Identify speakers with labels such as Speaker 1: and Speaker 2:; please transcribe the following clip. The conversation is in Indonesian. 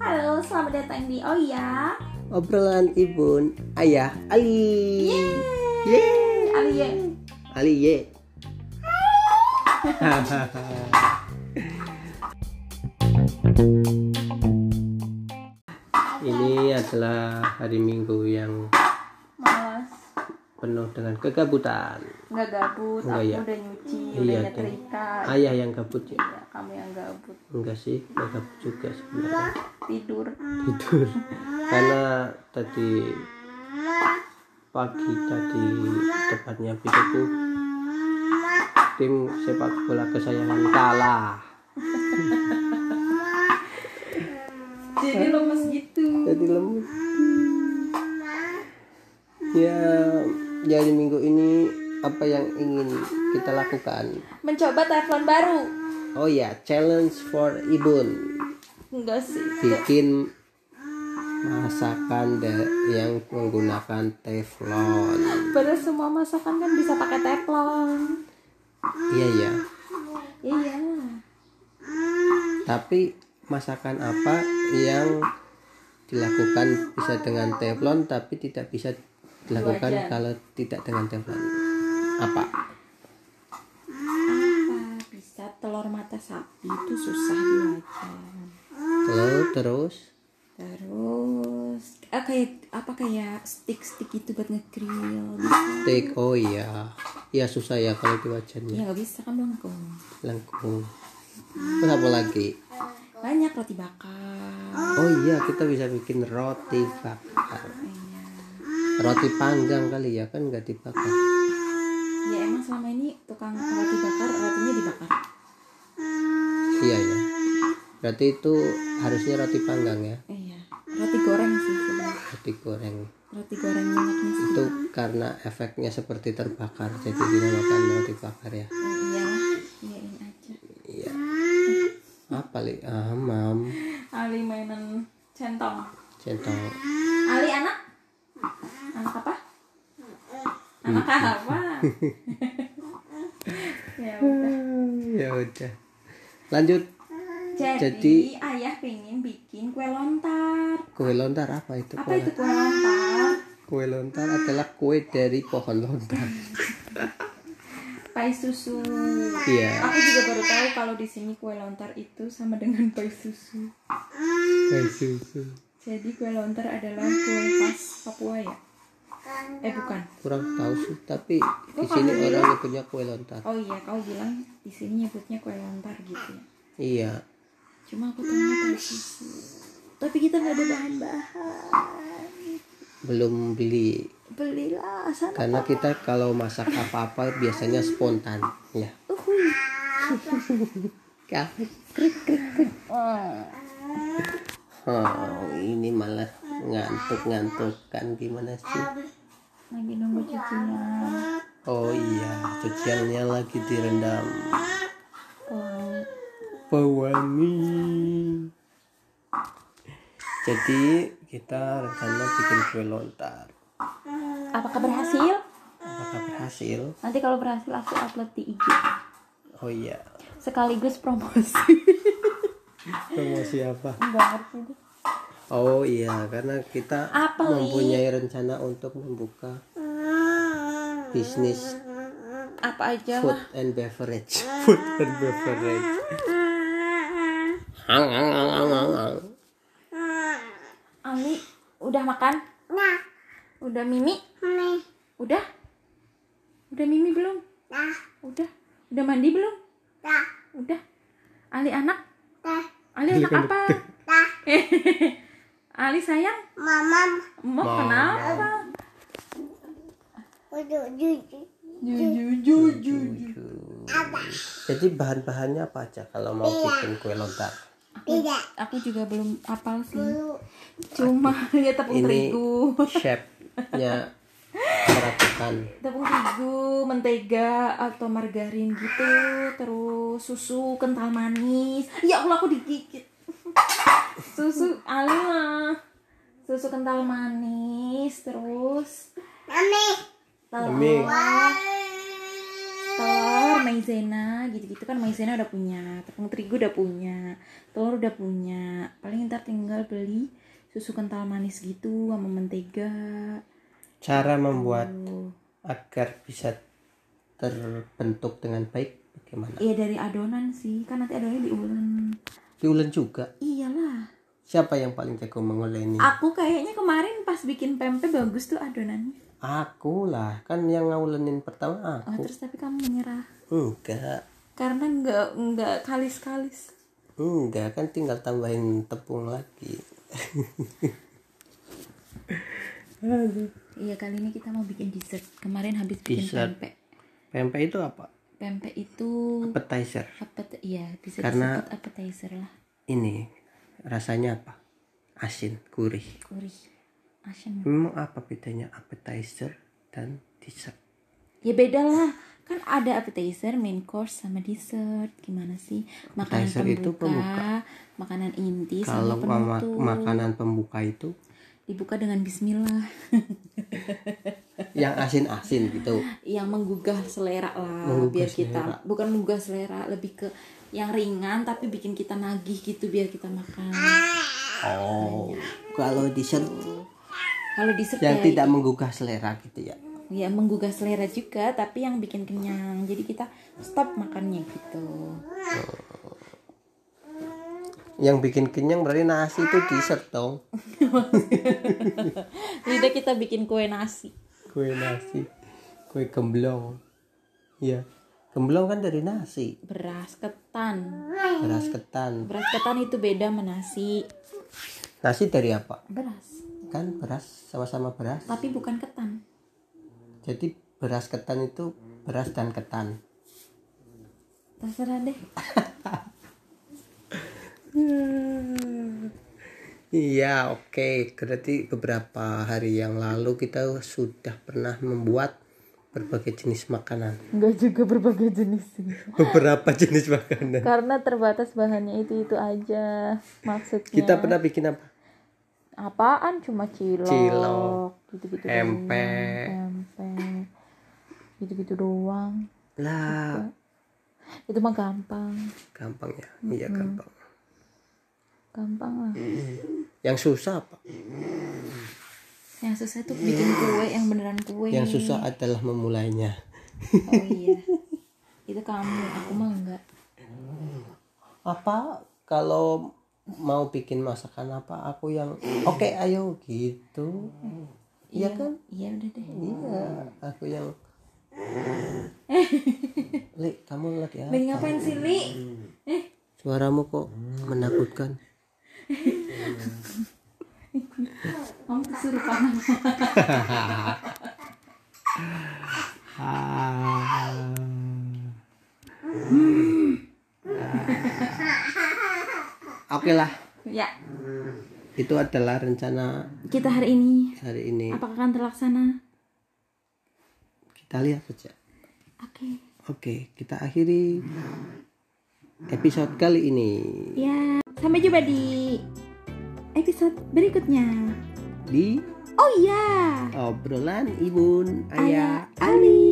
Speaker 1: Halo, selamat datang di Oh ya.
Speaker 2: Obrolan Ibun Ayah Ali Yeay.
Speaker 1: Ali ya.
Speaker 2: Ali ye Ini adalah hari minggu yang
Speaker 1: Males,
Speaker 2: penuh dengan kegabutan
Speaker 1: nggak gabut,
Speaker 2: Nggak,
Speaker 1: aku
Speaker 2: ya.
Speaker 1: udah nyuci,
Speaker 2: Iya, Ah.
Speaker 1: udah
Speaker 2: Tin.
Speaker 1: nyetrika.
Speaker 2: Ayah yang gabut ya
Speaker 1: Ya, kamu yang gabut.
Speaker 2: Enggak sih, enggak gabut juga sebenarnya
Speaker 1: Tidur.
Speaker 2: Tidur Karena tadi pagi tadi tepatnya begitu tim sepak bola kesayangan kalah
Speaker 1: Jadi lemes gitu.
Speaker 2: jadi lembut ya jadi minggu ini apa yang ingin kita lakukan
Speaker 1: Mencoba teflon baru.
Speaker 2: oh ya challenge for ibun
Speaker 1: Enggak sih.
Speaker 2: bikin masakan da- yang menggunakan teflon
Speaker 1: Padahal semua masakan kan bisa pakai teflon.
Speaker 2: iya ya
Speaker 1: Iya.
Speaker 2: tapi masakan apa yang dilakukan bisa dengan teflon tapi tidak bisa dilakukan
Speaker 1: Wajan.
Speaker 2: kalau tidak dengan teflon apa
Speaker 1: Apa bisa telur mata sapi itu susah diwajan.
Speaker 2: lalu terus
Speaker 1: Terus ah, kayak apa kayak stick-stick itu buat nge-grill bisa.
Speaker 2: take oh iya ya susah ya kalau di wajannya
Speaker 1: Ya nggak bisa kan melengkung.
Speaker 2: lengkung terus apa lagi
Speaker 1: Banyak roti bakar.
Speaker 2: oh iya kita bisa bikin roti bakar
Speaker 1: Iya.
Speaker 2: roti panggang kali ya kan nggak dibakar
Speaker 1: Ya emang selama ini tukang roti bakar rotinya dibakar.
Speaker 2: iya ya berarti itu harusnya roti panggang ya
Speaker 1: Iya. Roti goreng sih sebenarnya.
Speaker 2: roti goreng
Speaker 1: Roti goreng minyaknya sih.
Speaker 2: itu karena efeknya seperti terbakar jadi dinamakan roti bakar ya
Speaker 1: Ya, iyalah, iyain aja.
Speaker 2: iya apa li ah mam
Speaker 1: Ali mainan centong.
Speaker 2: centong
Speaker 1: Ali anak? Anak apa? Anak apa? ya udah.
Speaker 2: ya udah lanjut
Speaker 1: Jadi,
Speaker 2: Jadi-
Speaker 1: ayah pengen bikin kue lontar.
Speaker 2: kue lontar apa itu
Speaker 1: Apa
Speaker 2: kue
Speaker 1: itu kue lontar?
Speaker 2: kue lontar adalah kue dari pohon lontar
Speaker 1: Pai susu.
Speaker 2: iya
Speaker 1: Aku juga baru tahu kalau di sini kue lontar itu sama dengan pai susu.
Speaker 2: kue susu
Speaker 1: Jadi kue lontar adalah kue khas Papua ya? Eh bukan.
Speaker 2: kurang tahu sih tapi di
Speaker 1: Kok
Speaker 2: sini
Speaker 1: kamu
Speaker 2: orang nyebutnya kue lontar
Speaker 1: Oh iya, kau bilang di sini nyebutnya kue lontar gitu ya.
Speaker 2: iya
Speaker 1: Cuma aku tanya pai susu. Tapi kita nggak ada bahan-bahan.
Speaker 2: belum beli
Speaker 1: Belilah sana.
Speaker 2: karena kita kalau masak apa-apa biasanya spontan ya
Speaker 1: Uhuy.
Speaker 2: Kak. Oh, ini malah ngantuk-ngantukan gimana sih?
Speaker 1: Lagi nunggu cucian.
Speaker 2: Oh iya, cuciannya lagi direndam.
Speaker 1: Wow.
Speaker 2: Pewangi. Jadi kita rencana bikin kue lontar.
Speaker 1: Apakah berhasil?
Speaker 2: Apakah berhasil?
Speaker 1: Nanti kalau berhasil aku upload di IG.
Speaker 2: Oh iya.
Speaker 1: Sekaligus promosi.
Speaker 2: Promosi apa?
Speaker 1: Enggak ngerti deh.
Speaker 2: Oh iya, karena kita
Speaker 1: Apa, Li?
Speaker 2: mempunyai rencana untuk membuka bisnis
Speaker 1: Apa aja
Speaker 2: food
Speaker 1: lah.
Speaker 2: and beverage
Speaker 1: Ah.
Speaker 2: food and beverage hang hang hang hang hang, hang.
Speaker 1: Ali, udah makan? Nah. Udah Mimi? Udah? Udah Mimi belum? Udah. Udah mandi belum? Udah. Ali anak? Ali anak apa? Ali sayang? Mama. Mau kenapa? Juju, juju, juju.
Speaker 2: jadi bahan-bahannya apa aja kalau mau
Speaker 1: Iya.
Speaker 2: bikin kue lontar
Speaker 1: Aku juga belum apal sih. Cuma ya tepung
Speaker 2: ini
Speaker 1: terigu.
Speaker 2: shape-nya perhatikan
Speaker 1: tepung terigu, mentega atau margarin gitu, terus susu kental manis. Ya Allah aku digigit. Susu alah. Susu kental manis, terus telur, telur, maizena gitu-gitu kan maizena udah punya tepung terigu udah punya telur udah punya paling ntar tinggal beli susu kental manis gitu sama mentega
Speaker 2: Cara membuat
Speaker 1: Tuh.
Speaker 2: agar bisa terbentuk dengan baik bagaimana?
Speaker 1: iya dari adonan sih kan nanti adonannya diulen
Speaker 2: Diulen juga.
Speaker 1: iyalah
Speaker 2: Siapa yang paling jago menguleni?
Speaker 1: aku kayaknya kemarin pas bikin pempek bagus tuh adonannya
Speaker 2: Aku lah, kan yang ngaulenin pertama
Speaker 1: oh,
Speaker 2: aku.
Speaker 1: terus tapi kamu menyerah
Speaker 2: Enggak.
Speaker 1: karena nggak nggak kalis kalis
Speaker 2: Enggak, kan tinggal tambahin tepung lagi.
Speaker 1: iya kali ini kita mau bikin dessert kemarin habis bikin
Speaker 2: Dessert.
Speaker 1: pempek
Speaker 2: Pempek itu apa?
Speaker 1: pempek itu
Speaker 2: Appetizer.
Speaker 1: Appet iya bisa
Speaker 2: Karena-
Speaker 1: disebut appetizer lah
Speaker 2: Ini rasanya apa? Asin, gurih.
Speaker 1: gurih asam
Speaker 2: Memang apa bedanya appetizer dan dessert?
Speaker 1: ya beda lah kan ada appetizer main course sama dessert gimana sih makanan
Speaker 2: Appetizer
Speaker 1: pembuka,
Speaker 2: itu pembuka.
Speaker 1: makanan inti
Speaker 2: Kalau
Speaker 1: sama
Speaker 2: ma-
Speaker 1: penutup
Speaker 2: makanan pembuka itu
Speaker 1: dibuka dengan Bismillah
Speaker 2: yang asin-asin gitu.
Speaker 1: yang menggugah selera lah
Speaker 2: Menggugah
Speaker 1: biar kita
Speaker 2: selera.
Speaker 1: bukan menggugah selera lebih ke yang ringan tapi bikin kita nagih gitu biar kita makan
Speaker 2: Oh, kalau dessert
Speaker 1: kalau dessert
Speaker 2: yang
Speaker 1: ya,
Speaker 2: tidak menggugah selera gitu ya.
Speaker 1: ya menggugah selera juga tapi yang bikin kenyang jadi kita stop makannya gitu
Speaker 2: Yang bikin kenyang berarti nasi itu dessert dong.
Speaker 1: Lidah kita bikin kue nasi.
Speaker 2: Kue nasi, kue gemblong. Iya. Gemblong kan dari nasi,
Speaker 1: Beras ketan.
Speaker 2: beras ketan.
Speaker 1: Beras ketan itu beda sama nasi.
Speaker 2: Nasi dari apa?
Speaker 1: Beras.
Speaker 2: Kan beras sama-sama beras.
Speaker 1: Tapi bukan ketan.
Speaker 2: Jadi beras ketan itu beras dan ketan.
Speaker 1: Terserah deh.
Speaker 2: Iya, oke. Berarti beberapa hari yang lalu kita sudah pernah membuat berbagai jenis makanan.
Speaker 1: Enggak juga berbagai jenis
Speaker 2: Beberapa jenis makanan.
Speaker 1: Karena terbatas bahannya itu-itu aja. Maksudnya
Speaker 2: Kita pernah bikin apa?
Speaker 1: apaan cuma cilok,
Speaker 2: Cilok.
Speaker 1: gitu-gitu
Speaker 2: Empek.
Speaker 1: doang. Empek. Gitu-gitu doang.
Speaker 2: Lah,
Speaker 1: Itu mah gampang.
Speaker 2: gampang ya. Iya, gampang.
Speaker 1: Gampang lah.
Speaker 2: Iya. Yang susah apa?
Speaker 1: Yang susah tuh bikin kue yang beneran kue.
Speaker 2: Yang susah adalah memulainya.
Speaker 1: Oh iya. Itu kamu, aku mah enggak.
Speaker 2: Apa kalau mau bikin masakan apa aku yang oke ayo gitu. Iya kan?
Speaker 1: Iya udah deh.
Speaker 2: Iya, aku yang Li, kamu lagi ya.
Speaker 1: Lagi ngapain sih, Li?
Speaker 2: Suaramu kok menakutkan.
Speaker 1: Kamu kesurupan.
Speaker 2: Oke lah,
Speaker 1: ya,
Speaker 2: itu adalah rencana
Speaker 1: kita hari ini
Speaker 2: hari ini.
Speaker 1: apakah akan terlaksana?
Speaker 2: Kita lihat saja.
Speaker 1: Oke.
Speaker 2: Oke, kita akhiri episode kali ini
Speaker 1: Ya, sampai jumpa di episode berikutnya.
Speaker 2: di
Speaker 1: Oh iya.
Speaker 2: obrolan Ibun Ayah.
Speaker 1: Ali.